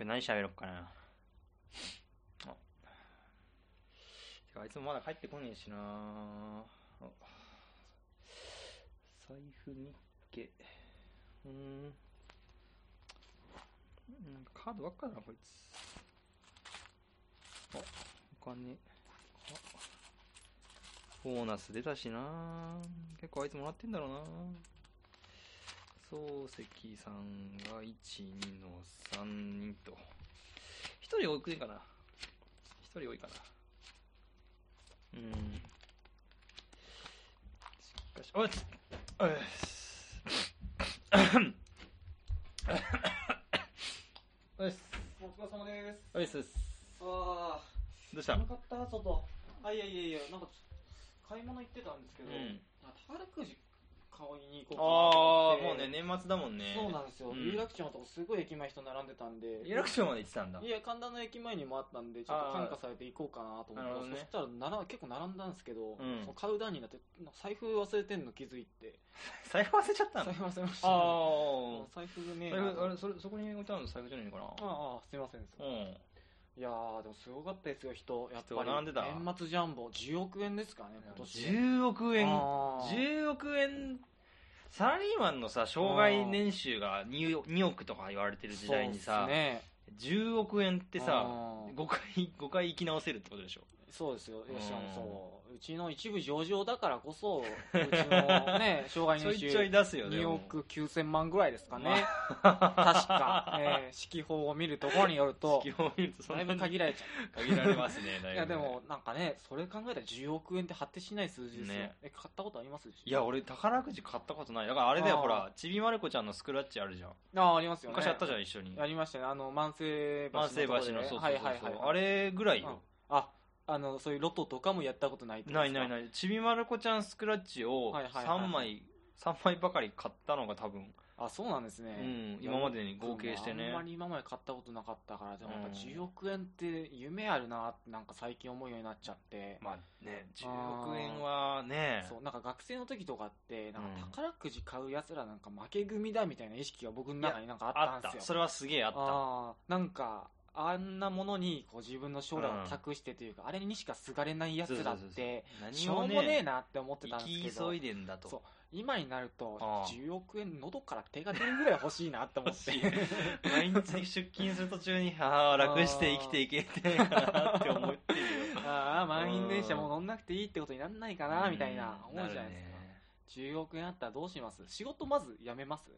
今日何喋ろっかなあてかあいつもまだ帰ってこねえしなあ財布日記うーんなんかカードばっかだなこいつあお金あボーナス出たしな結構あいつもらってんだろうな漱石さんが1、2の3人と。1人多くねえかな ?1 人多いかなうーん。しかし、おいつおいつおいっすお疲れ様です。おいっすああ、どうし寒たかった、外。あ、いやいやいや、なんか、買い物行ってたんですけど、うんあ宝くじ買いに行こうああ、もうかなと思ってね、年末だもんね。そうなんですよ。うん有楽町のとこ、すごい駅前人並んでたんで。有楽町まで行ってたんだ。いや、神田の駅前にもあったんで、ちょっと感化されて行こうかなと思なるほどって、ねそしたらなら結構並んだんですけど、んその買う段になって、なんか財布忘れてんの気づいて、財布忘れちゃった財の布忘れました、あもう財布ねあ。財布、あれ、それ、そこに置いてあるの財布じゃないのかあああ、すいません。なうん。いやー、でもすごかったですよ、人。やっぱ人並んでり。た年末ジャンボ、10億円ですからね、今年。 10億円あー10億円サラリーマンのさ障害年収が 2, 2億とか言われてる時代にそうさ、ですね、 10億円ってさあー5回5回生き直せるってことでしょそうですよ。いやしかうんもそう。うちの一部上場だからこ そ、うちのね、障ちょ害い年ちょい収出すよね2億9000万ぐらいですかま ね。確か。えー、指揮法を見るところによると基、本見るとそんなだいぶに限られちゃ限られますねだう。いぶねいやでも、なんかね、それ考えたら10億円って果てしない数字ですよ。ねえ、買ったことありますいや、俺宝くじ買ったことないだからあれだよあーほらちびまる子ちゃんのスクラッチあるじゃんああ、ありますよね。昔やったじゃん一緒にやりましたね。あの、万世橋の万ところで世橋ね。のそうそうそうはいはいはいそう。あれぐらいよああのそういうロトとかもやったことないってことなでいすないいないちびまる子ちゃんスクラッチをはいはいはい3枚3枚ばかり買ったのが多分あそうなんですね、うん今までに合計してねあんまり今まで買ったことなかったからでもやっぱうん10億円って夢あるなってなんか最近思うようになっちゃって、まあね10あー億円はねそうなんか学生の時とかってなんうんか宝くじ買うやつらなんか負け組だみたいな意識が僕の中になんかああっったんたですそよれはすげえあったあーなんかあんなものにこう自分の将来を託してというか、あれにしかすがれないやつそうそらっうそうてし何ょをうもねえねなって思ってたん生ですけどき急いでんだそとう今になるとああ10億円喉から手が出るぐらい欲しいなって思っ て欲毎日出勤する途中にああ楽して生きていけてる かなって思ってるよ ああ満員電車もう乗んなくていいってことになんないかなみたいなうん思うじゃないるですか、ね10億円あったらどうします仕事まず辞めます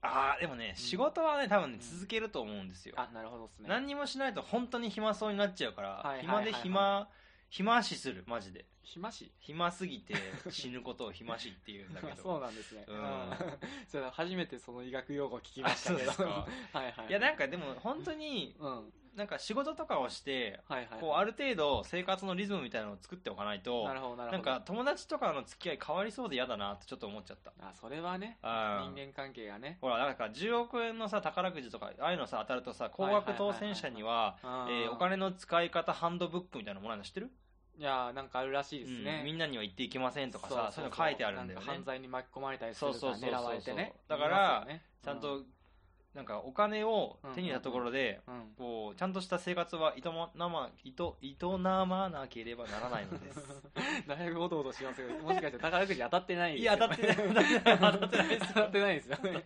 ああでもね仕事はね多分ねうん続けると思うんですよあなるほどですね何にもしないと本当に暇そうになっちゃうから、はいはい暇はいで暇暇足するマジで暇し暇す ぎて死ぬことを暇しっていうんだけどそうなん ですね、うんそれ初めてその医学用語聞きま あしたそうけでどすか はいはいいやなんかでも本当にうんはいなんか仕事とかをしてはいはいこうある程度生活のリズムみたいなのを作っておかないとなるほどなるほどなんか友達とかの付き合い変わりそうで嫌だなってちょっと思っちゃったあそれはねあ人間関係がねほらなんか10億円のさ宝くじとかああいうのさ当たるとさ高額当選者にはあーえーお金の使い方ハンドブックみたいなのもらえるの知ってるいやーなんかあるらしいですね、うんみんなには言っていけませんとかさそういうの書いてあるんだよねなんか犯罪に巻き込まれたりするそうそとかうそうそう狙われてねだからいますよねちゃんとなんかお金を手に入れたところでうん、 うんこうちゃんとした生活は営まな営営まなければならないの です。だいぶおどおどしま すけどもしかして宝くじ当たってないいや当たってない当たってないですよ当たってないですよね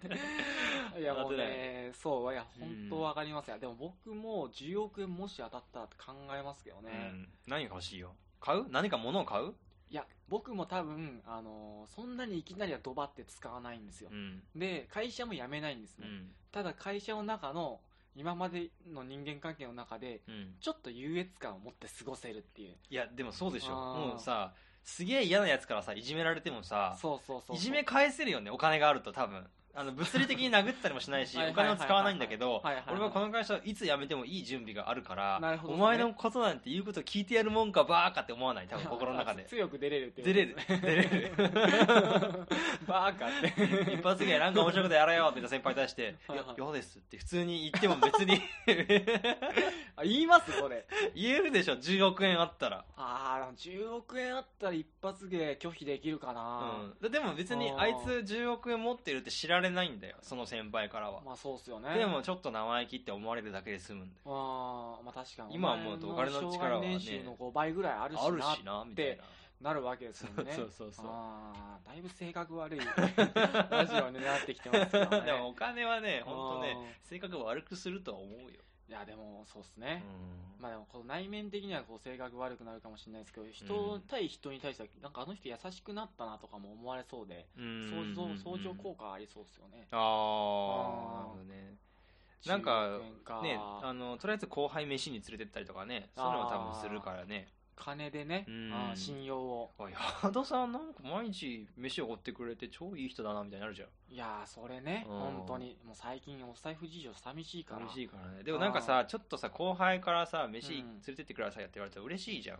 いやもう当たってねそういや本当わかりますよ、でも僕も10億円もし当たったらって考えますけどね、うん、何が欲しいよ買う何か物を買う、いや僕も多分あのーそんなにいきなりはドバって使わないんですよう、んで会社も辞めないんですうね、んただ会社の中の今までの人間関係の中でうん、ちょっと優越感を持って過ごせるっていういやでもそうでしょあーもうさすげえ嫌なやつからさいじめられてもさそうそうそうそういじめ返せるよねお金があると多分あの物理的に殴ったりもしないし はいおはいは金いはいを使わないんだけどはいはいはい俺はこの会社いつ辞めてもいい準備があるからなるほどおね前のことなんて言うこと聞いてやるもんかバーカって思わない多分心の中 で強く出れるって出 れる出れるバーカって 一発芸なんか面白いことやれよって言った先輩に対して「いはいやはい嫌です」って普通に言っても別にあ言いますこれ言えるでしょ10億円あったら、ああ10億円あったら一発芸拒否できるかうな、ん、ででも別にあーあいつ10億円持ってるって知られないんだよ、その先輩からは。まあそうっすよねでもちょっと生意気って思われるだけで済むんだよ。あーまあ確かに今思うとお金の力はねお前の障害年収の5倍ぐらいあるしあるなしな、みたいな。なるわけですもん ねそうそうそう。ああだいぶ性格悪いラジオになってきてますけどね でもお金はね、本当ね、あ性格を悪くするとは思うよ。ーいやでもそうっすうね、んまあでもこの内面的にはこう性格悪くなるかもしれないですけど人対人に対してはなんかあの人優しくなったなとかも思われそうで相乗相乗効果ありそうですよねああ、なるほどね。なんか10円かね、あの、とりあえず後輩飯に連れてったりとかね、そういうのは多分するからね。金でねうんあー信用をあ矢田さんなんか毎日飯をおってくれて超いい人だなみたいになるじゃんいやーそれねうん本当にもう最近お財布事情寂しいから嬉しいからねでもなんかさちょっとさ後輩からさ飯うん連れてってくださいって言われたら嬉しいじゃん、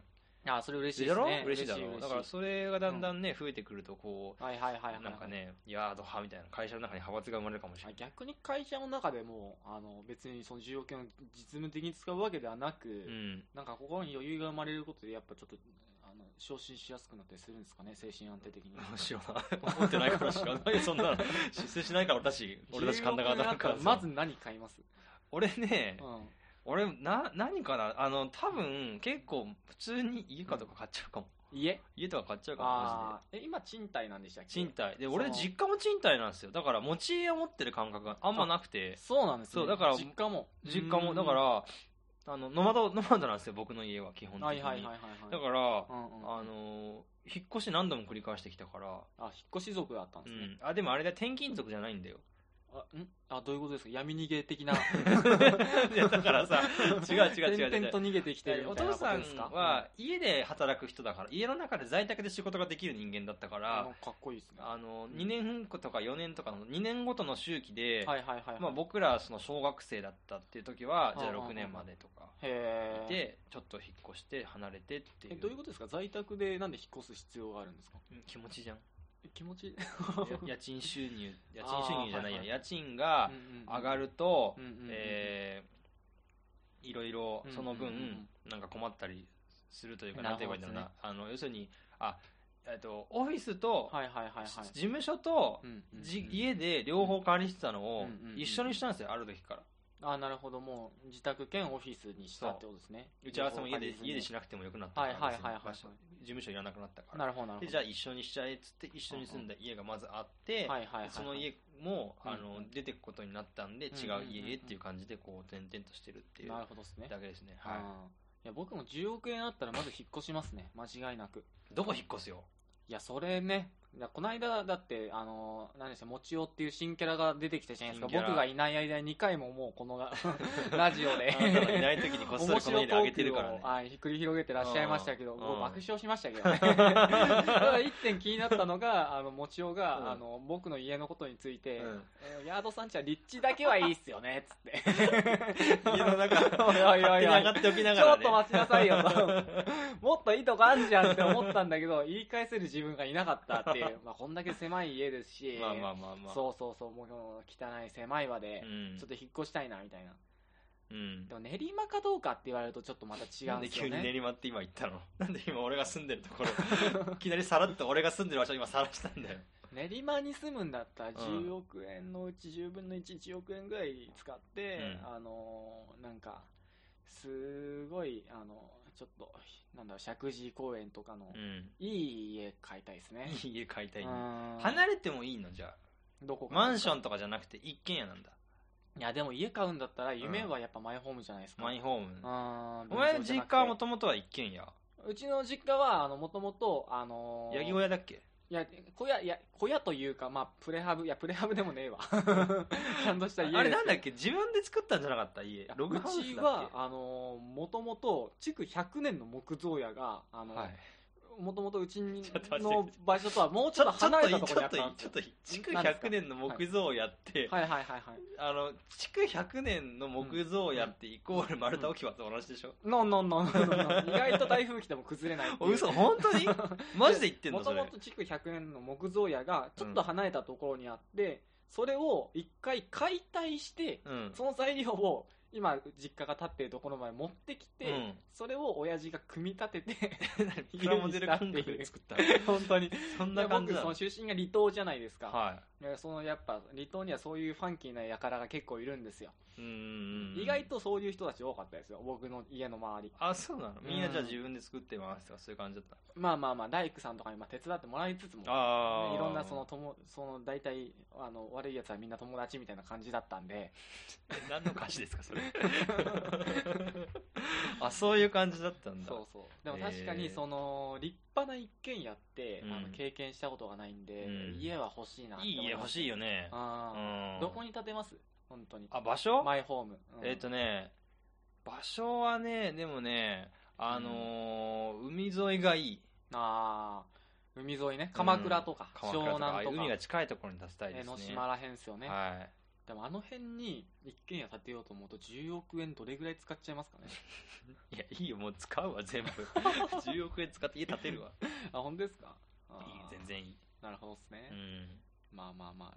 あーそれ嬉しいでですろね嬉しいだろ嬉だから嬉しそれがだんだんね、増えてくるとこいはいはいはう、いはいなんかねヤード派みたいな会社の中に派閥が生まれるかもしれあない逆に会社の中でもあの別にその重要権を実務的に使うわけではなく、うんなんか心に余裕が生まれることでやっぱちょっとあの昇進しやすくなったりするんですかね精神安定的に知らない思ってないから知ら ないそんなの出世しないから私 俺たち神田16川になだっかたららさ まず何買います、俺ねうん、あ俺な何かなあの多分結構普通に家かとか買っちゃうかも、家家とか買っちゃうかもマジであーえ今賃貸なんでしたっけ賃貸でそう俺実家も賃貸なんですよだから持ち家を持ってる感覚があんまなくてそうなんですねそうだから実家も実家もだからあのノマドノマドなんですよ僕の家は基本は的いにはいはいはいだはかいらうんうんあのー引っ越し何度も繰り返してきたからあ引っ越し族だったんうですね、んあでもあれだ転勤族じゃないんだよあんあどういうことですか闇逃げ 的ないやだからさ違う違う違う転違々とう逃げてきてるおみたいな父ことさんですかは家で働く人だから家の中で在宅で仕事ができる人間だったかうんあらのかっこいいですねあのん2年後とか4年とかの2年ごとの周期ではいはいはいはい、まあ、僕らその小学生だったっていう時はじゃあうんうんうん6年までとかへいてえちょっと引っ越して離れてっていうどういうことですか在宅でなんで引っ越す必要があるんですかうん気持ちじ ゃん気持ちいいや家賃収入家賃収入じゃないや、あーはいはい家賃が 上がる、ると、うんうんうんうんえーいろいろその分、うんうんうんなんか困ったりするというかな何てる言えばほいいんどだでろすうねなあの要するにあ、えっとオフィスと、はいはいはいはい、事務所と、うんうんうんじ家で両方管理してたのをうんうんうん一緒にしたんですよ、ある時からあなるほどもう自宅兼オフィスにしたってことですね打ち合わせも家で両方借りずに家でしなくてもよくなったから、はいはいはいはい別に場所事務所いらなくなったからなるほどなるほでどじゃあ一緒にしちゃえっつって一緒に住んだ家がまずあって、はいはいはいはい、その家も、うんあの出てくことになったんで、うん違う家へっていう感じでこう転々としてるっていうなるほどですねだけですね、うんはいや僕も10億円あったらまず引っ越しますね間違いなくい、どこ引っ越すよいやそれねいやこの間だってあの何でしたもちおっていう新キャラが出てきたじゃないで新すキャかラ僕がいない間に2回ももうこのがラジオで あなたがいない時にこっそりこの家であげてるからね面白トークをはい、ひっくり広げてらっしゃいましたけど、うんもううん爆笑しましたけどね。た だ一点気になったのが、あの、もちおが、うんあの、僕の家のことについて、うんえーヤードさんちは立地だけはいいっすよね、つって。 家の中勝手に上おいおいおいおいがっておきなちがょら、っね、と待ちなさいよと。もっといいとこあんじゃんって思ったんだけど、言い返せる自分がいなかったっ ていう。まあ、こんだけ狭い家ですし、まあまあまあまあそうそうそう、もう汚い狭い場でう、んちょっと引っ越したいな、みたいな。うんでも練馬かどうかって言われるとちょっとまた違なうんんでです急よにね。練馬って今言ったの なんで今俺が住んでるところ いきなりさらっと俺が住んでる場所今さらしたんだよ練馬に住むんだったらん10億円のうち10分の1、1億円ぐらい使って、うんあのーなんか、すごい、あのちょっと、なんだろう、石神井公園とかの、うんいい家買いたいですね。いい家買いたいね離離れてもいいのじゃあどこかマンションとかじゃなくて一軒家なんだいや、でも家買うんだったら、夢はやっぱマイホームじゃないですか。マイホームあーお前の分譲じゃ実なくて家はもともとは一軒家うちの実家は、あの、もともと、あのーヤギ小屋だっけいや、小屋、いや、小屋というか、まあ、プレハブ、いや、プレハブで もねえわ。ちゃんとした家ですあれなんだっけ自分で作ったんじゃなかった家いやログうハウスちだっは、あのー、もともと、築100年の木造屋が、あけの、はいもともとうち にちょっと待っての場所とはもうちょっと離れたとこちろょにあっとったんでちょっ。すよと築何です100か年の木造やって、はいはいはいはい。あの築100年の木造やってイコール丸太置き場と同じでしょ、ノンノンノンノンノンノン意外と台風来ても崩れないっていうお嘘本当にマジで言ってんものとそれもと築100年の木造屋がちょっと離れたところにあって、それを一回解体してうんその材料を今実家が建っているところまで持ってきて、うんそれを親父が組み立て てプラモデル感覚で作ったの本当にそんで な感僕じだその出身が離島じゃないですか、はいやそのやっぱ離島にはそういうファンキーな輩が結構いるんですよ、うんうんうん意外とそういう人たち多かったですよ僕の家の周りあそうなのみんなじゃあうん自分で作ってますとかそういう感じだったまあまあまあ大工さんとかにまあ手伝ってもらいつつもああねいろんなその友その大体あの悪いやつはみんな友達みたいな感じだったんで何の歌詞ですかそれ あそういう感じだったんだそうそうでもへー確かにその立派な一軒家って、うんあの経験したことがないんで、うん家は欲しいなっていい家欲しいよよねあー、うんどこに建てます本当にあ場所マイホーム、うんえっ、とね場所はねでもねあのー海沿いがいいあー海沿いね鎌倉とか、鎌倉湘とかああい南うとか海が近いところに建てたいで江すねノ島らへんっすよね、はいでもあの辺に一軒家建てようと思うと10億円どれぐらい使っちゃいます かねいや、いいよ、もう使うわ、 全部。10億円使って家建てるわ。いい、あ本当ですかあー全然いい。なるほどですね、うん。まあまあま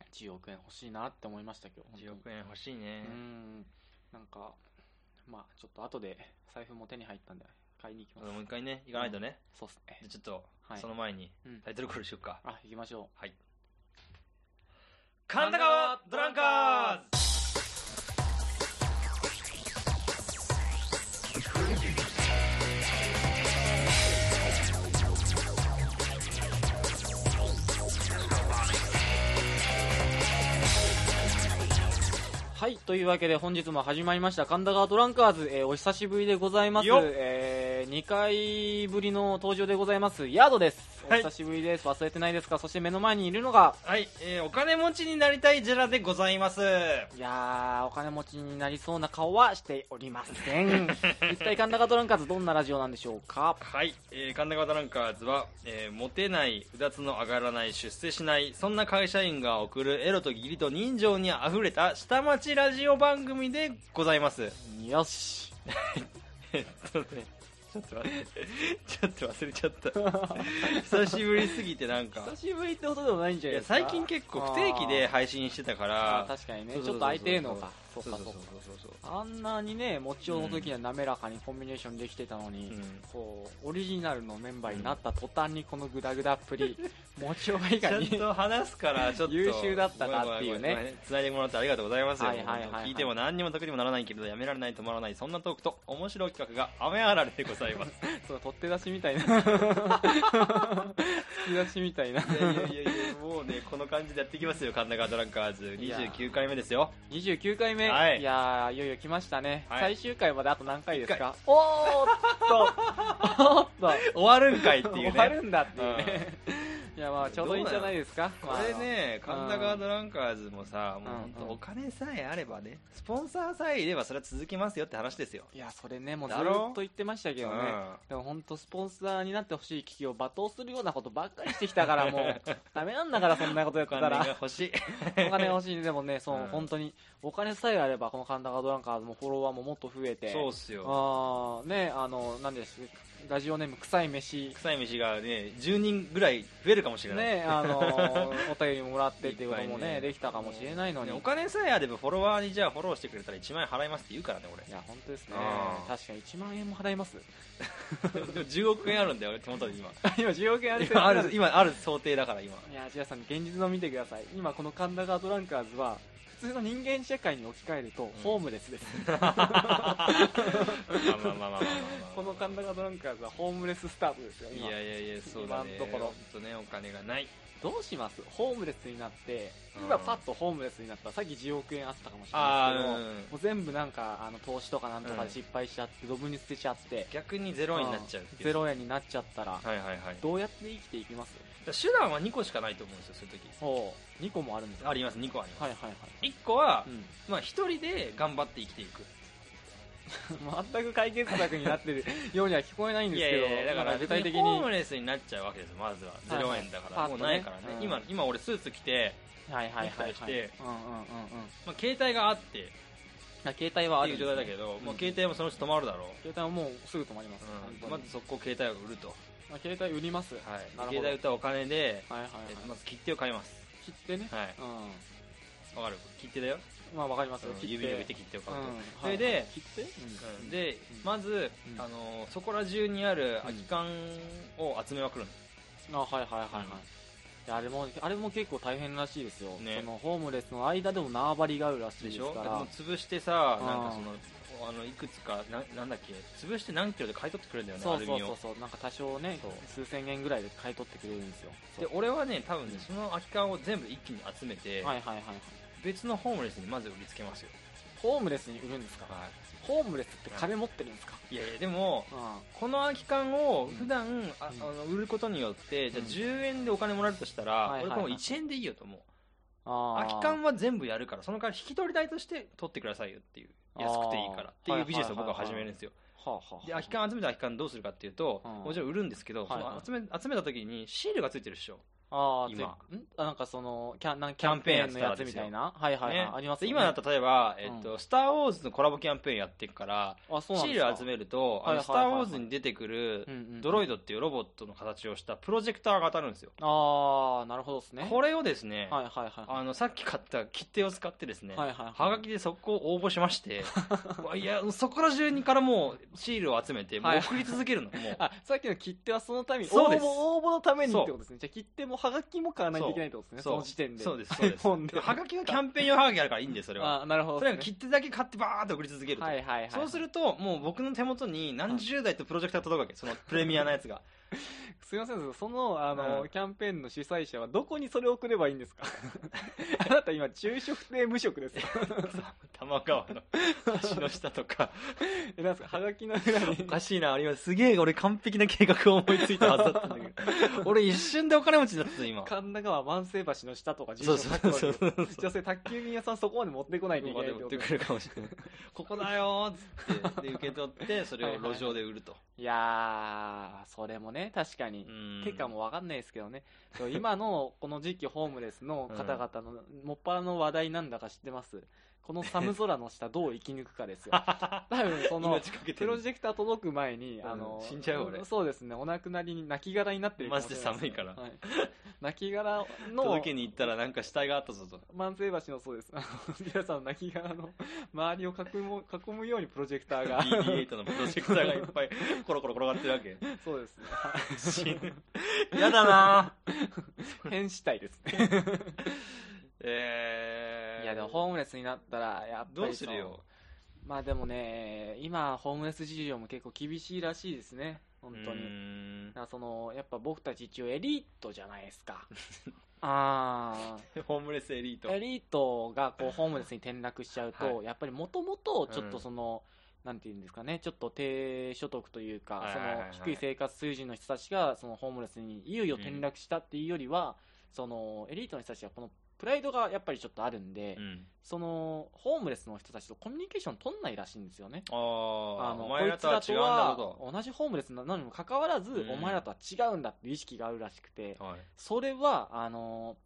あ10億円欲しいなって思いましたけど10億円欲しいねう。んなんかまあちょっと後で財布も手に入ったんで買いに行きますもう一回ね、行かないとね。そうっすねでちょっと、はいその前にうん、タイトルコールしよっか。あ行きましょはい。神田川ドランカーズうはいというわけで本日も始まりました神田川トランカーズ、えーお久しぶりでございますよっえ2回ぶりの登場でございますヤードですおはい久しぶりです、忘れてないですかそして目の前にいるのがはい、えーお金持ちになりたいジェラでございます。いやーお金持ちになりそうな顔はしておりませ ん一体神田川トランカーズどんなラジオなんでしょうかはい、えー神田川ドランカーズは、えーモテない、うだつの上がらない、出世しない、そんな会社員が送るエロと義理と人情にあふれた下町ラジオ番組でございます。 よしえっとね、ちょっと待って、ちょっと忘れちゃった。久しぶりすぎてなんか久、しぶりってことでもないんじゃいないやですか最近結構不定期であー配信してたかあーら、確かにねそうちそうそうそうょっと空いてるのかそそううかそうそそううかそうそう。あんなにね持ち寄の時には滑らかにコンビネーションできてたのに、うんこうオリジナルのメンバーになった途端にこのグダグダっぷ り持ち寄以ちゃ外んにと話すから、ちょっと。優秀だったなっていごめうねんごめんごめん。つないでもらってありがとうございますよ。はいはいはいはい聞いても何にも得にもならないけれど、やめられない、止まらない、そんなトークと、面白い企画が雨あられでございます。 そう取っ手出しみたいな 突き出しみたいないやいやいやいや、もうね、この感じでやっていきますよ、神田川ドランカーズ。いや29回目ですよ。 29回目、、はいいやーいよいよ来ましたね、はい最終回まであと何回です一かおーっとおーっと終わるんかいっていうね。終わるんだっていうね、いやまあちょうどいいんじゃないですかこれね、神田川ドランカーズもさ、もう本うん当お金さえあればね、スポンサーさえいればそれは続きますよって話ですよ。いやそれねもうずーだっろと言ってましたけどね、でも本当スポンサーになってほしい企業を罵倒するようなことばっかりしてきたから もうダメなんだからそんなことやおった金がら欲しい。お金欲しいねでもねそう、うん本当にお金さえあればこの神田川ドランカーズもフォロワーももっと増えてそうっすよ。ああねあの何ですラジオネーム臭い飯臭い飯がね、10人ぐらい増えるかもしれない。ねあの お便りもらってっていうこといもっぱいねねできたかもしれないのに、ねお金さえあればフォロワーにじゃあフォローしてくれたら1万円払いますって言うからね いや本当ですねあー確かに1万円も払います俺でも10億円あるんだよ俺手元で今 今10億円ある今ある今ある想定だ から今いや千田さん現実を見てください今この神田川ドランカーズは普通の人間社会に置き換えると、ホームレスですまあまあまあまあまあまあまあこの神田川ドランカーズはホームレススタートですよい今やいやいやそうだね今のところほんとねお金がないどうしますホームレスになってうん今パッとホームレスになったらさっき10億円あったかもしれあないですけーど、うんもう全部なんかあの投資とかなんとかうでん失敗しちゃってドブに捨てちゃって逆にゼロ円になっちゃうっていうゼロ円になっちゃったらはいはいはいどうやって生きていきますだから手段は2個しかないと思うんですよそういう時ほう2個もあるんですかあります2個ありまはいはいはいす1個は、うん まあ、1人で頑張って生きていく全く解決策になってるようには聞こえないんでいすやけど、いやだかならん別具体に的ホーにム、レスになっちゃうわけですまずははい0円だから、パッともねうないからね、うん今今俺スーツ着て、はいはいはい、ネクはタイい、してうんうんうんうん。まあ、携帯があってっあ携帯はあているう状態だけど、うんもう携帯もそのうち止まるだろう、携帯はもうすぐ止まります。うん本当まにず速攻携帯を売ると、まあ、携帯売ります。はいはいなるほど携帯売ったお金で、はいはい。えっとまず切手を買います切ってね。はいわかる切手だよ、うん。まあわかりますよ。うん切指に置いってて。切手をう買んうと、そはいれで、切ってうんでうんまず、うんあのそこら中にある空き缶を集めまくるの、あはいはいはいはい。やあれもあれも結構大変らしいですよ、ねそのホームレスの間でも縄張りがあるらしいでですしかょでもら潰してさうんなんかそのあのいくつかななんだっけ潰して何キロで買い取ってくれるんだよねそアうルそミうそうをそうなんか多少ね数千円ぐらいで買い取ってくれるんですよで俺はね多分ねその空き缶を全部一気に集めて、はいはいはいはい別のホームレスにまず売りつけますよ、ホームレスに売るんですかはホームレスって金持ってるんですか、い、いやいやでもうこの空き缶を普段、あうんあの売ることによって、じゃあうん10円でお金もらえるとしたら、はいはいはい、俺この1円でいいよと思うん空き缶は全部やるからその代わり引き取り代として取ってくださいよっていうあー安くていいからっていうビジネスを僕は始めるんですよはあはあはあで空き缶集めた空き缶どうするかっていうと、うんもちろん売るんですけど、はいはいその集め集めた時にシールがついてるでしょ、あー今ついんあなんかそのキャンなんキャャンンペーンペやっーンてたらのやでつすよみたいなはいはいはい、ねありますでよね今だと例えば、えっとうスター・ウォーズ」のコラボキャンペーンやってるからあそうなんシでーすかル集めると、あのはいはいはいはいスター・ウォーズに出てくるうんうんうんドロイドっていうロボットの形をしたプロジェクターが当たるんですよ。ああなるほどですねこれをですね、はいはいはいあのさっき買った切手を使ってですね、はいははいはいがきでそこを応募しま して、いや、そこら中にからもうシールを集めて、もうはい送り続けるの、もう。あさっきの切手はそのためにそう応です募応募のためにってそうことですねじゃあ切手もはがきも買わないといけないってこと ですねその時点でそうです、そうです。 本ではがきはキャンペーン用はがきあるからいいんです、それは。あなるほどそれは切手だけ買ってバーッと送り続けると。はいはいはいそう すると、もう僕の手元に何十台とプロジェクター届くわ け、そのプレミアなやつ が。すいませんそのあの、うんキャンペーンの主催者はどこにそれを送ればいいんですか あなた今昼食で無職 ですよ玉川 の橋の下とか。えなんですかはがきの裏に おかしいな、あれ今すげえ俺完璧な計画を思いついたはずだったんだけ ど。俺一瞬でお金持ちになってた今。神田川万世橋の下とか住そう所そ書うくそうわけですそう。こじゃあそれ宅急便屋さんそこまで持ってこないといけこないでっ売てっこてとくるかもしれない。ここだよーっつって、で受け取って、それを路上で売ると。いやーそれもね確かに、うんてか もう分かんないですけどねそう今のこの時期ホームレスの方々のもっぱらの話題なんだか知ってますこの寒空の下どう生き抜くかですよ 多分その命かけてプロる。ジェクター届く前に、うんあの死んじゃうよ俺そうですねお亡くなりに泣き殻になってるかマもジしでれない寒いから。はい、泣き殻の届けに行ったらなんか死体があったぞと。万世橋のそうですあの皆さんの泣き殻の周りを囲む囲むようにプロジェクターが BB8 のプロジェクターがいっぱいコロコロ転がってるわけ。 そうですね死ぬ。 やだなー変死体です ねえー。いやでもホームレスになったらやっぱりどうすそるよ。まあでもね今ホームレス事情も結構厳しいらしいですね本当うにーんだからそのやっぱ僕たち一応エリートじゃないで すかあホームレスエリートあエリートがこうホームレスに転落しちゃうと、はやっぱりもともとちょっうんとその、なんていうんですかねちょっと低所得というかはいはいはいはいその低い生活水準の人たちがそのホームレスにいよいよ転落したっていうよりは、そのエリートの人たちはこのプライドがやっぱりちょっとあるんで、うんそのホームレスの人たちとコミュニケーション取んないらしいんですよね。あああのお前らとは違うんだろこいつらとは同じホームレスなのにもかかわらず、うんお前らとは違うんだっていう意識があるらしくてうと、はいそれはあの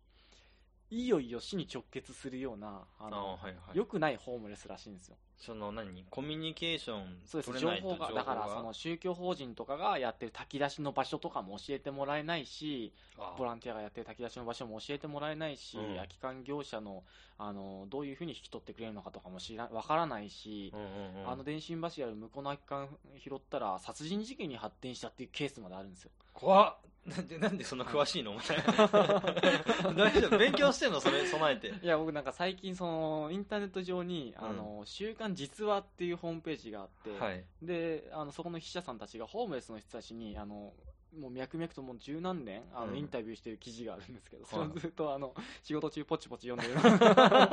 いよいよ死に直結するようなああの、はいはい良くないホームレスらしいんですよ。その何コミュニケーションそうです取れ情ないと報がだからその宗教法人とかがやってる炊き出しの場所とかも教えてもらえないし、あボランティアがやってる炊き出しの場所も教えてもらえないし、うん空き缶業者のあのどういうふうに引き取ってくれるのかとかも知らわからないしう、んうんうんあの電信柱の向こうの空き缶拾ったら殺人事件に発展したっていうケースまであるんですよ怖っなんでなんでそんな詳しいのお前 大丈夫勉強してんのそれ備えていや僕なんか最近そのインターネット上に「あの週刊実話」っていうホームページがあって、はいであのそこの筆者さんたちがホームレスの人たちにあのもう脈々ともう十何年あうんのインタビューしてる記事があるんですけど、いそれをずっとあの仕事中ポチポチ読んで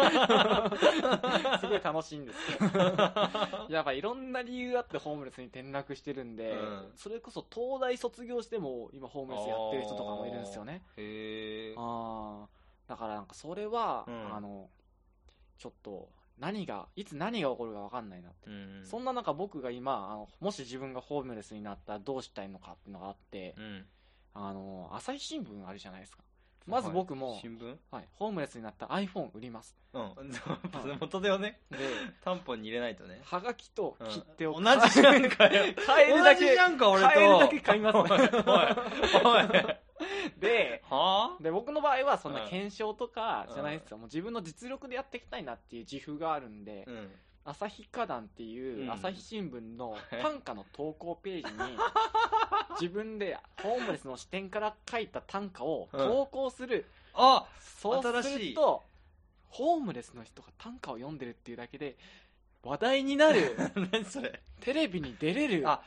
る すごい楽しいんですけど やっぱいろんな理由あってホームレスに転落してるんで、うんそれこそ東大卒業しても今ホームレスやってる人とかもいるんですよねへえあーだからなんかそれは、うんあのちょっと何がいつ何が起こるか分かんないなってそんな中僕が今あのもし自分がホームレスになったらどうしたいのかっていうのがあって、うんあの朝日新聞あるじゃないですかまず僕もはい新聞はい、ホームレスになったら iPhone 売ります うん元手をね で担保に入れないとねはがきとうん切手同を、じじゃんかよ 買えるだ同じけじゃんか俺と買えるだけ買いますおいお いおいではあで僕の場合はそんうなん検証とかじゃないですよ、もう自分の実力でやっていきたいなっていう自負があるんで、うん朝日課団っていううん 朝日新聞の短歌の投稿ページに、自分でホームレスの視点から書いた短歌を投稿する、あ そうす新しるいとホームレスの人が短歌を読んでるっていうだけで話題になる何それ テレビに出れるあ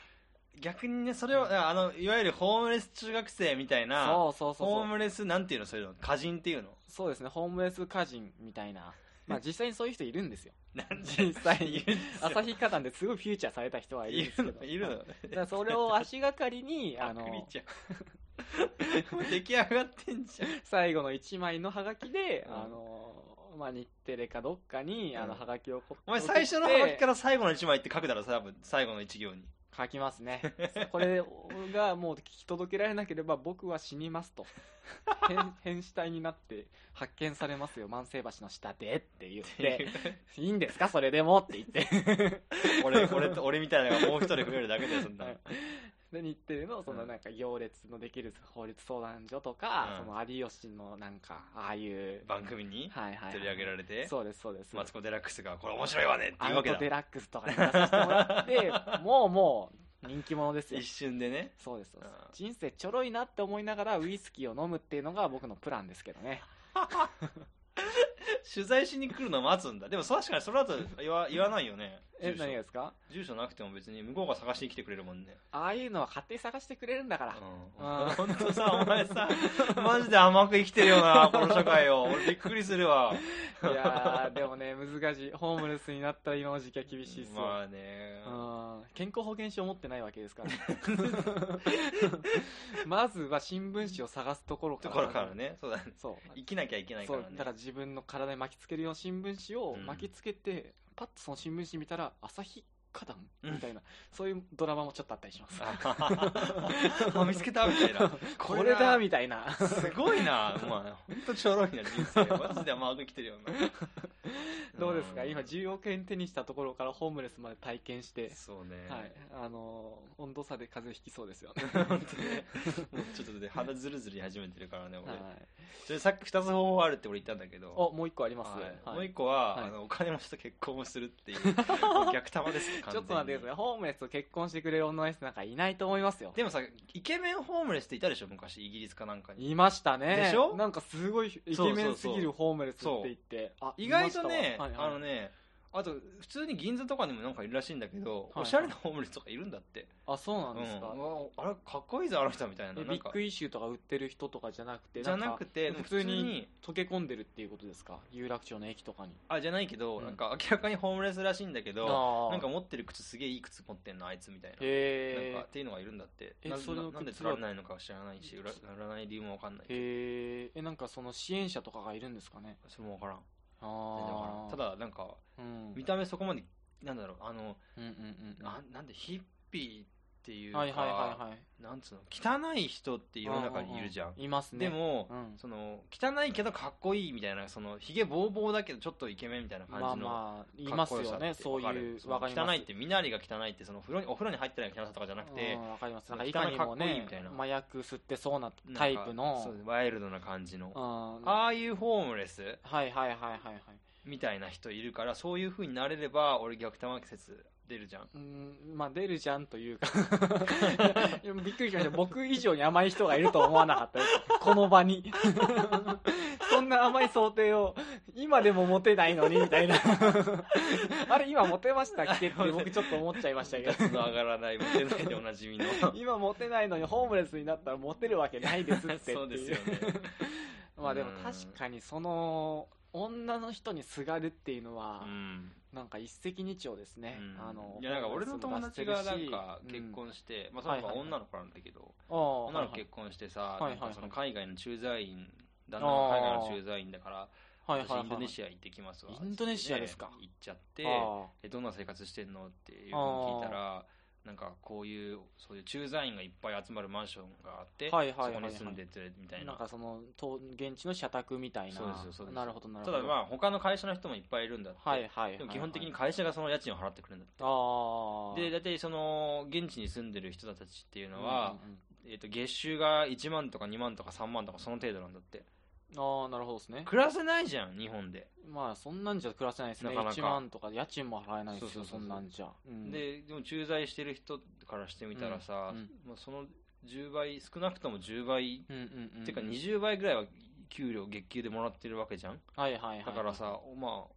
逆にねそれをあのいわゆるホームレス中学生みたいなそうそうそうホそーうムレスなんていうのそういうの歌人っていうのそうですねホームレス歌人みたいな、まあ、実際にそういう人いるんですよなん実際にいるんですよ旭花壇ですごいフューチャーされた人はいるんいですけるどのいるはのいだからそれを足がかりにああののちゃん もう出来上がってんじゃん最後の1枚のハガキで、うんあのまあ、日テレかどっかにあのうんハガキをこお前最初のハガキからら最後の一枚って書くだろ多分最後の一行に書きますねこれがもう聞き届けられなければ僕は死にます と変変死体になって発見されますよ万世橋の下でって 言っていいんですかそれでもって言って俺俺と俺みたいなのがもう一人増えるだけでそんなはいで日テレのそのなんか行列のできる法律相談所とか、うんその有吉のなんかああいう番組にはいはいはい取り上げられてそうですそうですマツコ・デラックスがこれ面白いわねってアいうわウけトデだラックスとかに出させても らって、もうもう人気者ですよ一。瞬でねそうですそうでうすん人生ちょろいなって思いながらウイスキーを飲むっていうのが僕のプランですけどね。取材しに来るの待つんだでも確かにそれだと言 わ言わないよねえ住、何所がですか住所なくても別に向こうが探しに来てくれるもんねああいうのは勝手に探してくれるんだから。うんうん本当さお前さマジで甘く生きてるよ なこの社会を俺びっくりするわいやー、でもね、難しい。ホームレスになった今の時期は厳しいですよ。まあねうん健康保険証を持ってないわけ ですから まずは新聞紙を探すところとからころからねそうだねそう生きなきゃいけないかそらうねだから自分の体に巻きつけるような新聞紙をうん巻きつけて、パッとその新聞紙見たら朝日花うん壇みたいな、そういうドラマもちょっとあったりしますああ見つけたみたいなこれだみみたいなたいなすごいなお前本当ちょろいな人生 マジで甘く生きてるよな どうですかん今10億円手にしたところからホームレスまで体験して、そうね、はいあのー温度差で風邪ひきそうですよね本当 ねもうちょっとね肌ずるずる言い始めてるからね俺、はいそれさっき2つ方法あるって俺言ったんだけどおもう一個あります、はいはいもう一個は、はいあのお金持ちと結婚をするっていう もう逆玉ですね完ち全ょっにと待ってくださいホームレスと結婚してくれる女の人なんかいないと思いますよでもさイケメンホームレスっていたでしょ昔イギリスかなんかにいましたねでしょなんかすごいイケメンすぎるホームレスって言ってあ意外とねい、ましたわあのねあと普通に銀座とかにもなんかいるらしいんだけど、はいおしゃれなホームレスとかいるんだってあそうなうんですか、んうわあれかっこいいぞあの人みたいななえビんかッグイシューとか売ってる人とかじゃなくてじゃなくてなんか普普通通にに溶け込んでるっていうことですか有楽町の駅とかにあじゃないけど、うんなんか明らかにホームレスらしいんだけどあなんか持ってる靴すげえいい靴持ってんのあいつみたいな,、なんへかっていうのがいるんだってえなそれのななんで靴取はられないのか知らないし売ら売らない理由もわかんないえへーえなんかその支援者とかがいるんですかねそれもわからん全然わからあんあただなんかうん見た目そこまでなんだろうあのうんうんうんうんななんでヒッピーっていうか、はいはいはいはいなんつうの汚い人って世の中にいるじゃんうういますねでも、うんその汚いけどかっこいいみたいなそのひげぼうぼうだけどちょっとイケメンみたいな感まあじのまあいかまっすこよさよってねそうわかるいうそのわかります汚いって身なりが汚いってその風呂にお風呂に入ってない汚さとかじゃなくて、うんわかりますそなのんかいかにも汚いかっこいいねみたいな麻薬吸ってそうななんかタイプのそうワイルドな感じの、うんああいうホームレスはいはいはいはいはいみたいな人いるからそういう風になれれば俺逆玉説出るじゃんうーんまあ出るじゃんというか いやびっくりしました僕以上に甘い人がいるとは思わなかったですこの場にそんな甘い想定を今でも持てないのにみたいなあれ今持てましたっけって僕ちょっと思っちゃいましたけどつの上がらないモテないでおなじ みの今持てないのにホームレスになったら持てるわけないですってっていそうですよね まあでも確かにその女の人にすがるっていうのはうんなんか一石二鳥ですね、うんあのいやなんか俺の友達がなんかうん結婚して、まあその子は女の子なんだけど、ああ女の子結婚してさ、いはいなんかその海外の駐在員旦那が海外の駐在員だから、はいはい私はいインドネシア行ってきますわ、インドネシアですか行っちゃってあえどんな生活してんのっていうのを聞いたらなんかこういうそういう駐在員がいっぱい集まるマンションがあって、はいはいはいはいそこに住んでてみたいあななんかそのと現地の社宅みたいなそうですよそうですよなるほどなるたほどだまあ他の会社の人もいっぱいいるんだって、はいはいはいでも基本的に会社がその家賃を払ってくれるんだって、ああで大体その現地に住んでる人たちっていうのは、うんうんえー、と月収が1万とか2万とか3万とかその程度なんだってうんああなるほどですね暮らせないじゃん日本で、まあそんなんじゃ暮らせないですねなかなか1万とか家賃も払えないですそうよそうそうそうんなんじゃ、うんででも駐在してる人からしてみたらさ、うんうんまあ、その10倍少なくとも10倍、うんうんうんてか20倍ぐらいは給料月給でもらってるわけじゃんはいはいはいだからさ、まあ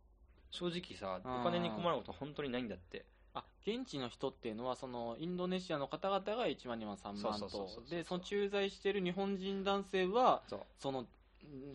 正直さお金に困ること本当にないんだってあ現地の人っていうのはそのインドネシアの方々が1万2万3万そうそうそうそとうそうでその駐在してる日本人男性はそうその、うん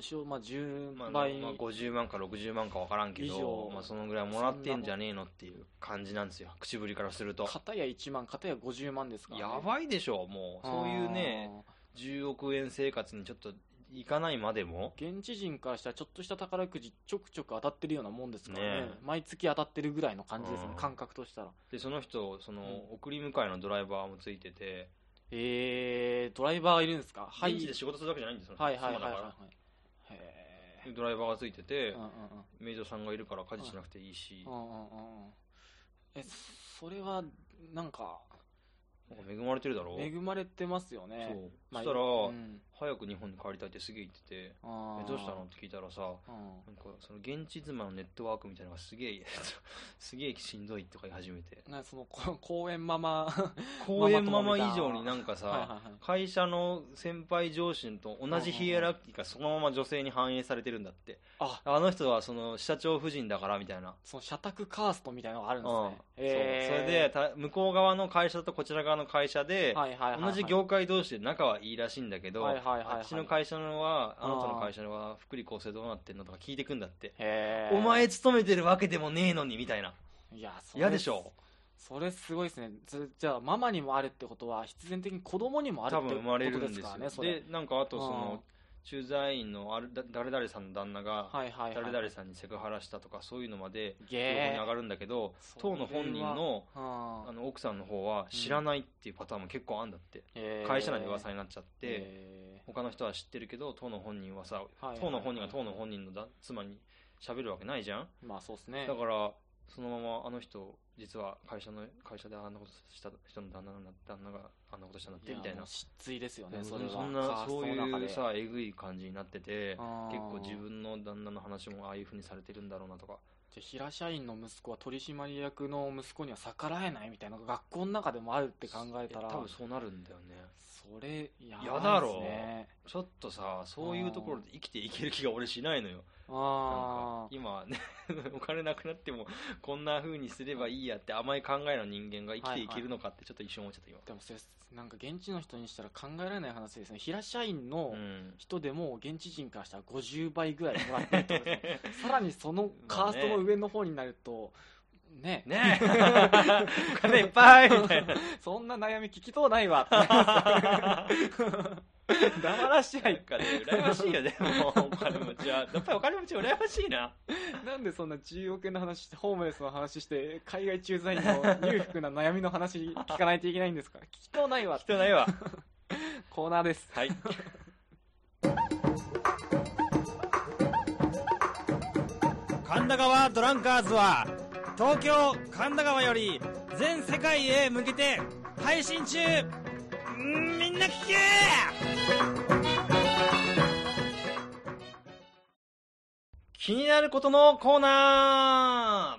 しょまあ、10まあ、倍、まあ50万か60万か分からんけ以上ど、まあ、そのぐらいもらってんじゃねえのっていう感じなんですよ口ぶりからすると片や1万片や50万ですから、やばいでしょもうそういうね10億円生活にちょっといかないまでもあー現地人からしたらちょっとした宝くじちょくちょく当たってるようなもんですからねねえ毎月当たってるぐらいの感じですね、うん感覚としたらでその人その送り迎えのドライバーもついてて、えー、ドライバーがいるんですかははい、い現地で仕事するわけじゃないんですよはいはいはい妻はだいかはいへらえでドライバーがついててうんうんうんメイドさんがいるから家事しなくていいしうんうんうんうんえそれはなんかなんか恵まれてるだろ恵まれてますよねそうそまあしたら、うん早く日本に帰りたいってすげえ言っててあえーどうしたのって聞いたらさうんなんかその現地妻のネットワークみたいなのがすげえ すげえしんどいとか言い始めてなそのこ公園ママはい公園ママ以上になんかさ、はいはい会社の先輩上司と同じヒエラルキーがそのまま女性に反映されてるんだってああの人はその社長夫人だからみたいな、その社宅カーストみたいなのがあるんですうんねえそうーそれでた向こう側の会社とこちら側の会社で、はいはいはいは同いじ業界同士で仲はいいらしいんだけど、はいはいはいはいあっちの会社のはああーなたの会社のは福利厚生どうなってんのとか聞いてくんだって、へーお前勤めてるわけでもねえのにみたいないやそれ嫌でしょそれすごいですねずじゃあママにもあるってことは必然的に子供にもある多って分生まれこるとんですですからよねそれでなんかあとそうんの駐在員のあるだ誰々さんの旦那がはいはいはい誰々さんにセクハラしたとかそういうのまでゲ情報にー上がるんだけどそれ当はの本人のうんあの奥さんの方は知らないっていうパターンも結構あんだって、へー会社内で噂になっちゃって、へ他の人は知ってるけど当の本人はさ、いはいはい当の本人が当の本人のだ妻に喋るわけないじゃんーまあそうですねだからそのままあの人実は会社の会社であんなことした人の旦那なんだ旦那があんなことしたんだってやみたいなもう失墜ですよねうんそれはそんカなースそうトの中いでうさえぐい感じになっててあー結構自分の旦那の話もああいうふうにされてるんだろうなとかじゃあ平社員の息子は取締役の息子には逆らえないみたいなのが学校の中でもあるって考えたら多分そうなるんだよねそれややばだいでろすねちょっとさそういうところで生きていける気が俺しないのよなんあか今 ねお金なくなってもこんな風にすればいいやって甘い考えの人間が生きていけるのかってちょっと一瞬思っちゃった今あでもそれなんか現地の人にしたら考えられない話ですね平社員の うん人でも現地人からしたら50倍ぐらいもらってるってことですね さらにそのカーストの上の方になるとねねえ お金いっぱいみたい なそんな悩み聞きとうない わってなりますよね黙らしちゃなんいかね羨ましいよねもうお金持ちはやっぱりお金持ちは羨ましいな なんでそんな10億円の話して、ホームレスの話して、海外駐在 員の裕福な悩みの話聞かないといけないんですか聞きとうないわ。人ないわコーナーです。はい神田川ドランカーズは東京神田川より全世界へ向けて配信中みんな聞け気になることのコーナ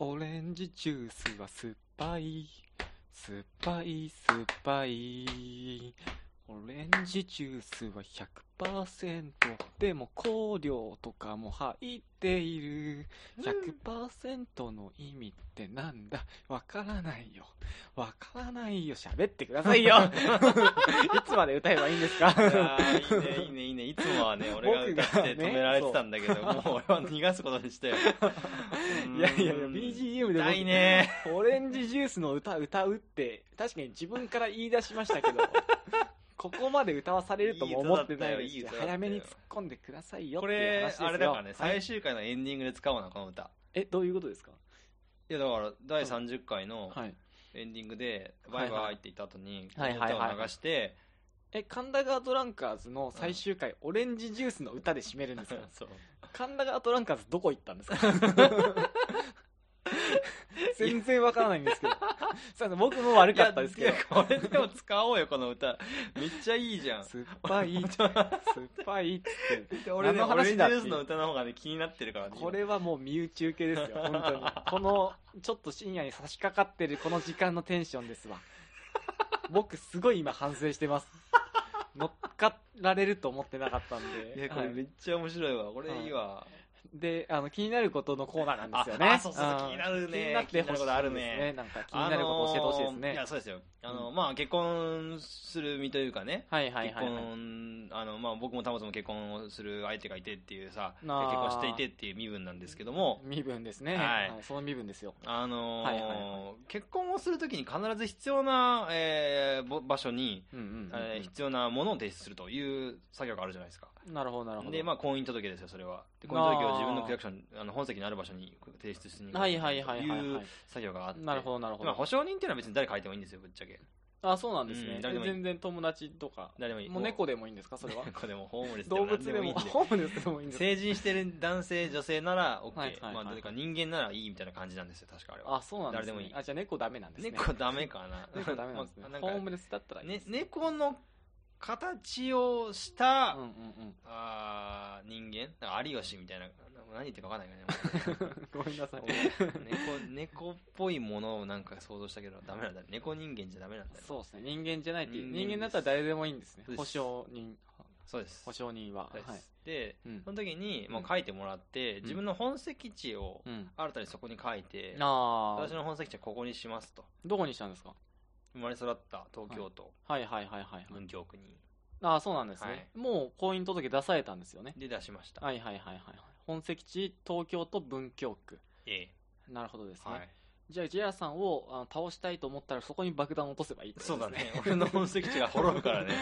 オレンジジュースは酸っぱい。酸っぱい、酸っぱい。オレンジジュースは100%。でも香料とかも入っている。100%の意味ってなんだわからないよ。わからないよ。喋ってくださ いよ。 いつまで歌えばいいんですかーいやーいいねいいねいいねいつもはね 俺が歌って止められてたんだけど、もう俺は逃がすことに して いやいやいや、BGM で痛いね僕 オレンジジュースの歌歌うって、確かに自分から言い出しました けど、ここまで歌わされるとも思ってないですいいし歌だったよいい歌だったよ早めに突っ込んでくださいよっこていう話れですよ。あれだからねはい最終回のエンディングで使おうなこの歌え、どういうことですかいやだから第30回のはい。エンディングで「はバいイはいバイ」って言った後にこはのいはいはい歌を流してえ、神田川ドランカーズの最終回、オレンジジュースの歌で締めるんですか そう 神田川ドランカーズどこ行った んですか全然わからないんですけど。すい ません、僕も悪いかやったですけどい。やこれでも使おうよこの歌めっちゃいいじゃん酸っぱい、酸っぱいっつって。俺ね何のオレンジ話ジだっュていうースの歌の方がね気になってるからねこれはもう身内受けですよ、 本当に。この、ちょっと深夜に差し掛かってるこの時間のテンションですわ。僕すごい今反省してます。乗っかられると思ってなかったんで。いや、これはいめっちゃ面白いわ。これいいわ。で、あの、気になることのコーナーなんですよあね。あそうそうん気になるね気になってほし気いになることあるねですなんか気になること教えてほしいですあのーいねや、。そうですよ。あの、まあ、結婚する身というかね。はいはい結はいはい。婚、あの、まあ、僕も保つも結婚をする相手がいてっていうさ、であー結婚していてっていう身分なんですけども、身分ですね。はいはいその身分ですよ。あのーはいはい結婚をするときに必ず必要な、えーぼ場所に、うんうんうんうんえー必要なものを提出するという作業があるじゃないですか。なるほどなるほど。で、まあ、婚姻届ですよ、それは。で婚姻届を自分の区役所に、あの本籍のある場所に提出しに行くとはいいはいはいはい、はうい。作業があって。なるほどなるほまあ、ど。保証人っていうのは別に誰書いてもいいんですよ、ぶっちゃけ。あ、そうなんですね。うん誰でもいい全然友達とか。誰でもいい。もう猫でもいいんですかそれ は。猫でもホームレスでも動物何ででもいいも、んで。ホームレスでもいいんですか成人してる男性、女性なら OK。はいはいはいまあ、というか人間ならいいみたいな感じなんですよ、確かあれは。あ、そうなんです、誰ね、でもいいあ、じゃあ猫ダメなんですね。猫ダメかな。猫ダメなんですね まあ。なんかホームレスだったらいいでねす、猫の形をしうた、んうんあー人間だから有吉みたいな、何言ってるか分かんない うん。ごめんなさい。 からね。猫、猫っぽいものをなんか想像したけど、ダメなんだね。猫人間じゃダメなんだね。そうですね。人間じゃないっていう。人間人間だったら誰でもいいんですねそう。で保す証人。そうです。保証人は。はそうですい。で、うんその時に、まあうん、書いてもらって、ん自分の本籍地をうん。新たにそこに書いて、あ私あ。の本籍地はここにしますと。どこにしたんですか生まれ育った東京都はいはいはいはい。はい文京区に。ああ、そうなんですね。もう婚姻届出されたんですよね。で、出しました。はいはいはいはい。本籍地、東京都文京区。ええ。なるほどですね。はい。じゃあ、ジェラさんをあの倒したいと思ったら、そこに爆弾を落とせばいいってこそうとだですね。 俺の本籍地が滅ぶ からね。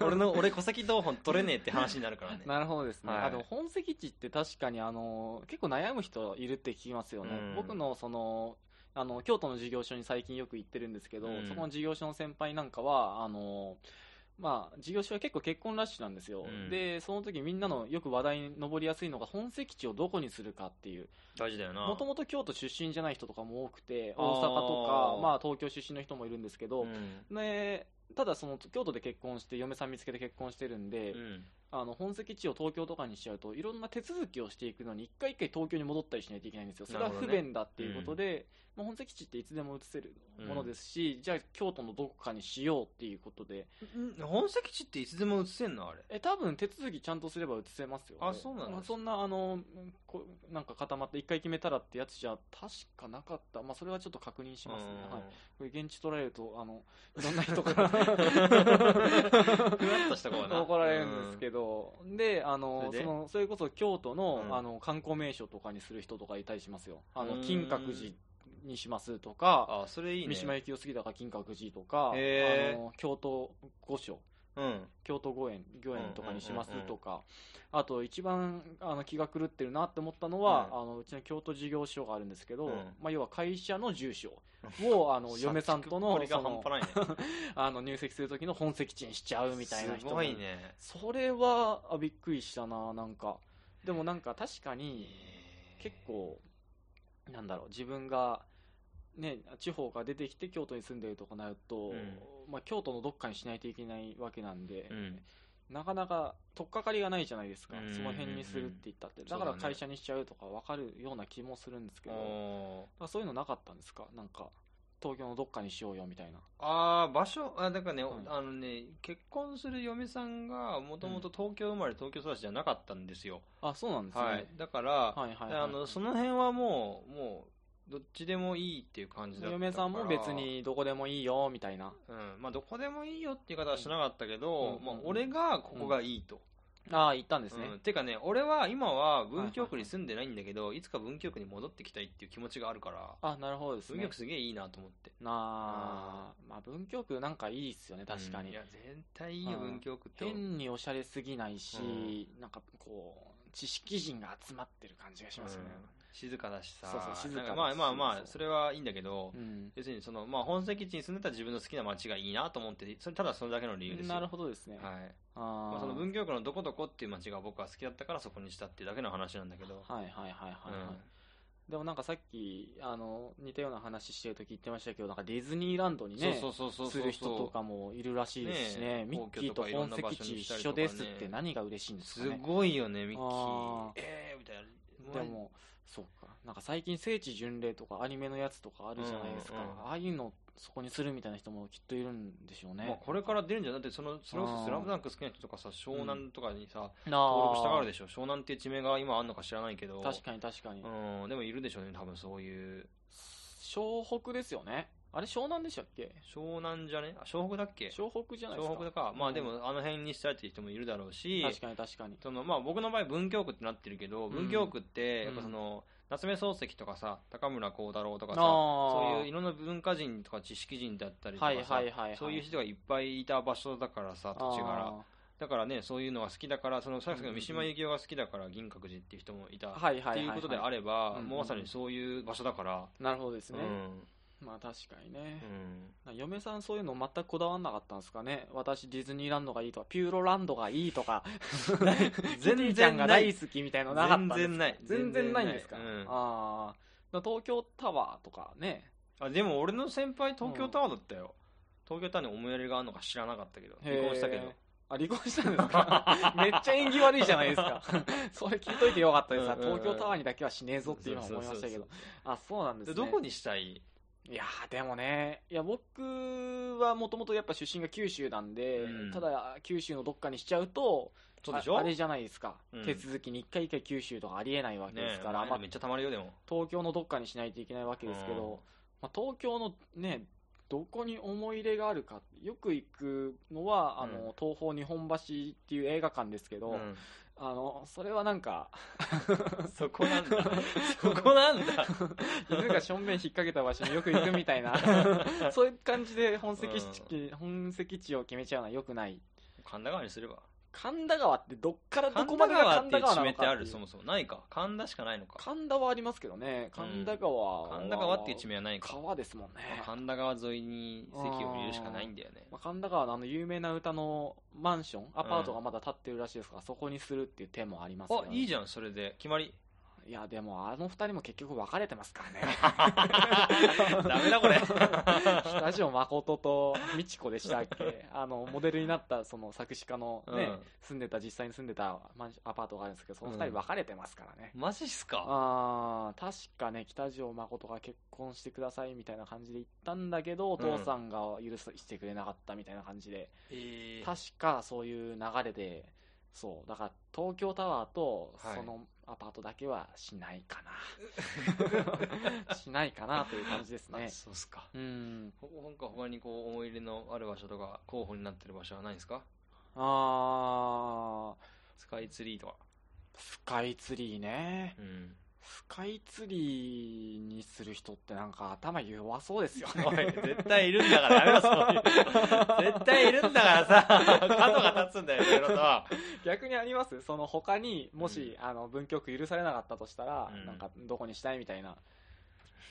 俺の、俺戸籍謄本取れねえって話になるからね。なるほどですね。はいあの、本籍地って確かに、あの、結構悩む人いるって聞きますよね。うん僕の、その、あの、京都の事業所に最近よく行ってるんですけど、うんそこの事業所の先輩なんかは、あの、まあ、事業所は結構結婚ラッシュなんですよ。うんで、その時みんなのよく話題に上りやすいのが、本籍地をどこにするかっていう。大事だよな。もともと京都出身じゃない人とかも多くて、あー大阪とか、まあ、東京出身の人もいるんですけど、うんね、ただその京都で結婚して嫁さん見つけて結婚してるんで、うんあの本籍地を東京とかにしちゃうといろんな手続きをしていくのに一回一回東京に戻ったりしないといけないんですよそれはなるほ不どね便だっていうことで、まあ、本籍地っていつでも移せるものですし、じゃあ京都のどこかにしようっていうことでん本籍地っていつでも移せんのあれ。え多分手続きちゃんとすれば移せますよ、あそうなんですかそんなあのこなんか固まって一回決めたらってやつじゃ確かなかった、まあ、それはちょっと確認しますね、うんはい、これ現地取られるとあのいろんな人から ふ わっとした子はな。怒られるんですけど、であのそれそでのそれこそ京都の,、うんあの観光名所とかにする人とかいたりしますよあうのん金閣寺にしますとかあ、それいいね。三島由紀夫杉高金閣寺とかあへーの京都御所うん。京都御苑御苑とかにしますとか、あと一番あの気が狂ってるなって思ったのは、うんあのうちの京都事業所があるんですけど、うんまあ、要は会社の住所を あの嫁さんとのこれがそ半の端ないね。あの入籍する時の本籍地にしちゃうみたいな人すごいね。それはあびっくりしたななんかでもなんか確かに結構なんだろう自分がね地方から出てきて京都に住んでるとかなると、うんまあ、京都のどっかにしないといけないわけなんで、うん。なかなか取っかかりがないじゃないですか、うんその辺にするって言ったってんだからそうだね会社にしちゃうとか分かるような気もするんですけど、おーだからそういうのなかったんですかなんか東京のどっかにしようよみたいなああ、場所、あ、だからね、うんあのね、結婚する嫁さんが、もともと東京生まれ、東京育ちじゃなかったんですよ。あそうなんですね、はい。だから、はいはいはいあの、その辺はもう、もう、どっちでもいいっていう感じだったから。嫁さんも別。にどこでもいいよみたいなうん。まあ、どこでもいいよっていう方はしなかったけど、うんまあ、俺がここがいいと。ああ行ったんでですね、てかね、俺は今は文京区に住んでないんだけど、いつか文京区に戻ってきたいっていう気持ちがあるから、あなるほどです文ね京区すげえいいなと思って。なあまあ文京区なんかいいっすよね確かうんいに、や、全体いいよ、う文ん京区って。変におしゃれすぎないし、なんかこう知識人が集まってる感じがしますよねうん静かだしさそうそう静かだしなんまあまあまそうあそうそれはいいんだけど、うん、要するにその、まあ、本籍地に住んでたら自分の好きな町がいいなと思ってそれただそれだけの理由ですよなるほどですね、はいあーまあ、その文京区のどこどこっていう町が僕は好きだったからそこにしたっていうだけの話なんだけど、はいはいはいはい、はいでもなんかさっきあの似たような話してる時言ってましたけどなんかディズニーランドうにん、ねそうそうそうそうそうする人とかもいるらしいですしねねえミッキーと皇居とかいろ本んな場籍所に地したり一と緒かねですって何が嬉しいんですかすねごいよねミッキあーーえーみたいなでもそうか。なんか最近聖地巡礼とかアニメのやつとかあるじゃないですか。うんうんうんああいうのそこにするみたいな人もきっといるんでしょうまあね。これから出るんじゃなくてそのそれこあそー「スラムダンク好きな人とかさ湘南とかにさ、な登録したがるでしょ湘南っていう地名が今あるのか知らないけど確かに確かに。うんでもいるでしょうね多分そういう湘北ですよね。あれ湘南でしたっけ湘南じゃねあ湘北だっけ湘北じゃないですか。湘北か、まうあんでもあの辺にしたいっていう人もいるだろうし確かに確かに。そのまあ、僕の場合文京区ってなってるけどん文京区ってうやんっぱその、夏目漱石とかさ高村光太郎とかさあーそういういろんな文化人とか知識人だったりとかはさ、いはいはいはい。そういう人がいっぱいいた場所だからさ土地柄あだからねそういうのが好きだからそのさっきうんうのん三島由紀夫が好きだから銀閣寺っていう人もいた、ーはいはいはいはっい。ていうことであれば、うんうんもうまさにそういう場所だから、なるほどですうんね。まあ確かにね。うん嫁さんそういうの全くこだわんなかったんですかね私ディズニーランドがいいとかピューロランドがいいと か全然ないキティちゃんが大好きみたいなのなかったんですか全然ない全然ないんですか、全あ然ないうんあー東京タワーとかねあでも俺の先輩東京タワーだったよ、東京タワーに思いやりがあるのか知らなかったけど離婚したけどへーあ離婚したんです かめっちゃ縁起悪いじゃないです かそれ聞いといてよかったです、うんうんうん東京タワーにだけはしねえぞって今思いましたけそうそうそうどあそうなんですでねどこにしたいいやーでもねいや僕はもともとやっぱ出身が九州なんで、うんただ九州のどっかにしちゃうとそうでしょああれじゃないですか、うん手続きに1回1回九州とかありえないわけですから、ねえまあめっちゃたまるよでも東京のどっかにしないといけないわけですけうど、んまあ、東京のねどこに思い入れがあるかよく行くのはあの、東宝日本橋っていう映画館ですけど、うんあのそれはなんか そこなんだそこなんだ犬が正面引っ掛けた場所によく行くみたい なそういう感じで本籍地、本籍地を決めちゃうのはよくない神田川にすれば神田川ってどっからど神こま田でが川って神田いう川地名なのっかてあっているうそもそもないか神田しかないのか神田はありますけどね神田川は、神田川っていう地名はないか川ですもんね、神田川沿いに席を見るしかないんだよねまあ、神田川のあの有名な歌のマンションアパートがまだ建ってるらしいですから、そこにするっていう手もありますあいいじじゃんそれで決ま りゃんいやでもあの二人も結局別れてますからね ダメだこれスタジオ誠と美智子でしたっけあのモデルになったその作詞家の、ねうん住んでた実際に住んでたマンションアパートがあるんですけどその二うん人別れてますからね、マジっすかあー確かね北条誠が結婚してくださいみたいな感じで言ったんだけどお父さんが許してくれなかったみたいな感じで、えー確かそういう流れでそうだから東京タワーとはいそのアパートだけはしない かな、 しないかなという感じですあねそうっすかうんほなんか他にこう思い入れのある場所とか候補になってる場所はないんですかあースカイツリーとかスカイツリーねうんスカイツリーにする人ってなんか頭弱そうですよ ねおい絶対いるんだからやめろそういうの絶対いるんだから さ角が立つんだよいろいろと逆にありますその他にもし、あの文京区許されなかったとしたら、うんなんかどこにしたいみた いな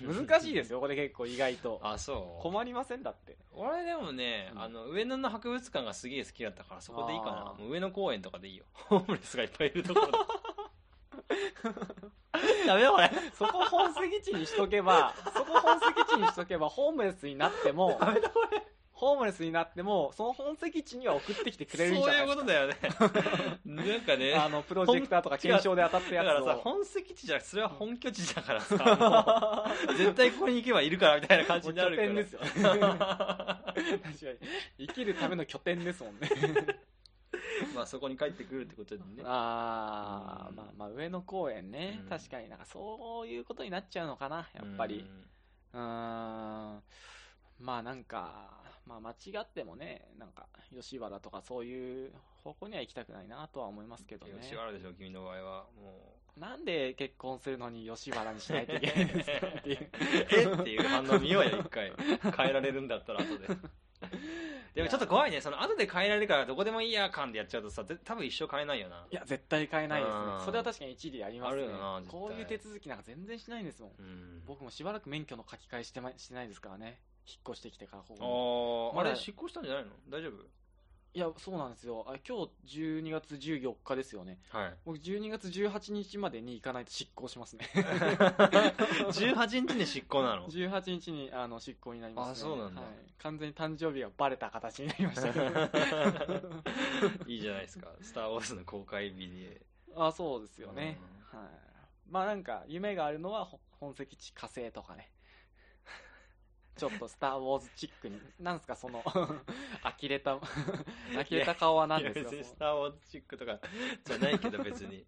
難しいですよこれ結構意外とあそう困りませんだって俺でもね、うんあの上野の博物館がすげえ好きだったからそこでいいかなあーもう上野公園とかでいいよ ホームレスがいっぱいいるところで ダメだ これそこ本籍地にしとけ ば、そこ本籍地にしとけば、ホームレスになっても、ホームレスになっても、その本籍地には送ってきてくれるんじゃそうないいうでこすか。とだ よねなんかねあの、プロジェクターとか検証で当たっただかやらつさを。本籍地じゃなくてそれは本拠地だから さもう絶対ここに行けばいるからみたいな感じもうにな拠るから 点ですよ。確 かに。生きるための拠点ですもんね。まあそこに帰ってくるってことでねあうー、ん まあまあ、上野公園ねうん。確かになんかそういうことになっちゃうのかな、やっぱり。うーんまあなんか、まあ間違ってもね、なんか吉原とかそういう方向には行きたくないなとは思いますけどね。うん吉原でしょ君の場合はもなんで結婚するのに吉原にしないといけないんですかっていうう。えっていう反応見ようよ一回変えられるんだったら後ででもちょっと怖いねその後で変えられるからどこでもいいや感でやっちゃうとさぜ多分一生変えないよないや、絶対買えないですねうん。それは確かに一理ありますねあるよな絶。対こういう手続きなんか全然しないんですもん。うん僕もしばらく免許の書き換えして,、ま、してないですからね。引っ越してきてからここにあああまれだ執行したんじゃないの大丈夫いや、そうなんですよ。あ今日12月14日ですよね。 はい僕12月18日までに行かないと執行しますね。 18日に執行なの18日にあの執行になります、あね、そうなんだはい、完全に誕生日がバレた形になりました、 いいじゃないですか「スター・ウォーズ」の公開日であそうですよね、はいまあなんか、夢があるのはほ本籍地火星とかね。 ちょっとスター・ウォーズチックに。なんすか、その、 呆れた、呆れた顔は何いやです別かにそスのター・ウォーズチックとかじゃないけど別に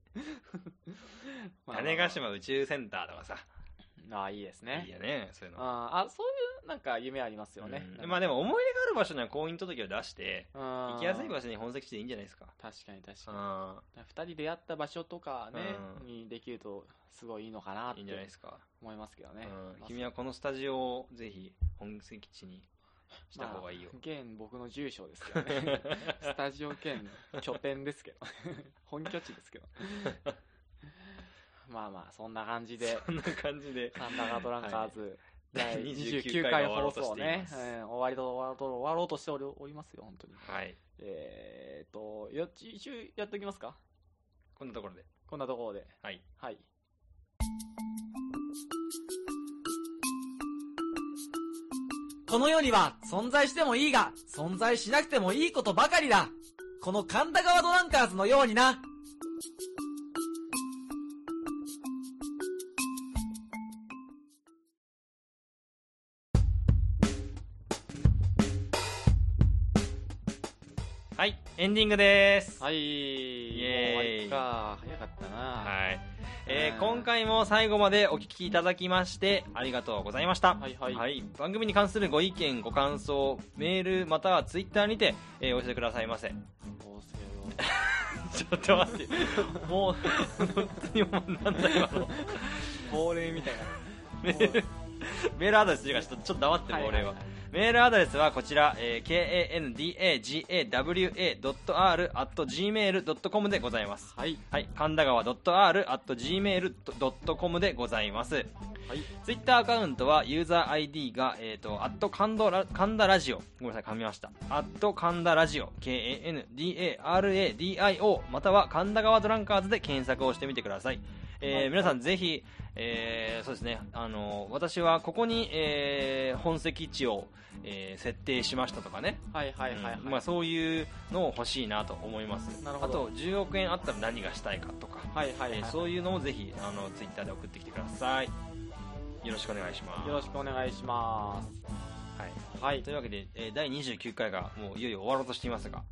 まあまあまあ種子島宇宙センターとかさああ、いいですね。いいよねそういうのあーあ、そういうなんか夢ありますよね。うんなんかまあでも思い出がある場所には婚姻届を出してうん行きやすい場所に本籍地でいいんじゃないですか確かに確うかに。ん二人出会った場所とかね、うんにできるとすごいいいのかなっいていんじゃないですか、思いますけどね。うんまあ君はこのスタジオをぜひ本籍地にした方がいいよ、まあ現僕の住所ですけど ね。スタジオ兼拠点です けど。本拠地ですけど。まあまあ、そんな感じで、 こんな感じでサンダーガードランカーズ、第第29 29回回が終わろうとし放送ていねま、す、うん、終わりと終わろうと終わろうとしておりおりますよ、本当に。はいえーっと、よ一応やっておきますかこんなところでこんなところで。はいはい。この世には存在してもいいが、存在しなくてもいいことばかりだ。この神田川ドランカーズのようにな。はいエンディングですはい。エーイもう終わりか。早かったな。はい。えーうん今回も最後までお聞きいただきまして、ありがとうございました。はいはい番組に関するご意見、ご感想、メール、またはツイッターにて、えーお寄せくださいませ。 どうせちょっと待って。もう、本当にもうなんだ今 の。亡霊みたいメール、メールアドレスというか、ちょっとちょっと黙ってな。もう俺は。メールアドレスはこちら、えー、kandagawa.r.gmail.com でございます。はい。はい、神田川 .r.gmail.com でございます。はい。ツイッターアカウントはユーザー ID が、えっ、と、アット神田ラ神田ラジオ。ごめんなさい、噛みました。アット神田ラジオ。K-A-N-D-A-R-A-D-I-O。または神田川ドランカーズで検索をしてみてください。えー皆さんぜひ、えーそうですね、あの私はここに、えー本籍地を、えー設定しましたとかね。はいはいはいはい。うんまあ、そういうのを欲しいなと思いますなるほどあと10億円あったら何がしたいかとか、はいはいはい、えーそういうのもぜひあのツイッターで送ってきてくださいよろしくお願いしますよろしくお願いします。はい、はいと。いうわけで、えー第29回がもういよいよ終わろうとしていますが、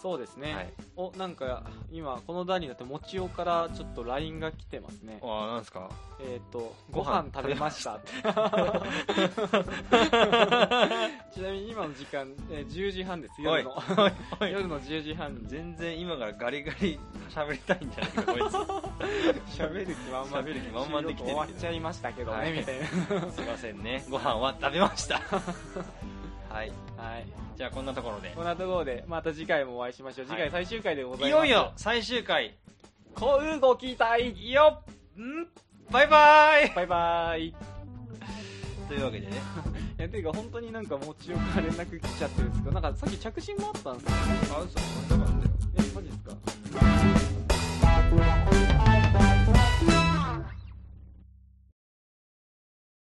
そうですね。はい、お、なんか、今、この段になって、もちおからちょっと LINE が来てますね。ああなんですかえっ、と、ごご飯飯食べましたって。 ちなみに今の時間、えー10時半です、夜の。おい夜の10時半に全然今からガリガリ喋りたいんじゃないかこい喋る気満々喋る気満々で来てるけど終わっちゃいましたけどね、はいみたいつ すいません ねご飯は食べました はいなはいじゃあこんなところでこんなところでまた次回もお会いしましょうはい次回最終回でございいまよす、いよ最終回こうご期待よっんバイバイバイバイいというわけでねやていうか本当になんか持ちようから連絡来ちゃってるんですけどなんかさっき着信もあったんですよあ嘘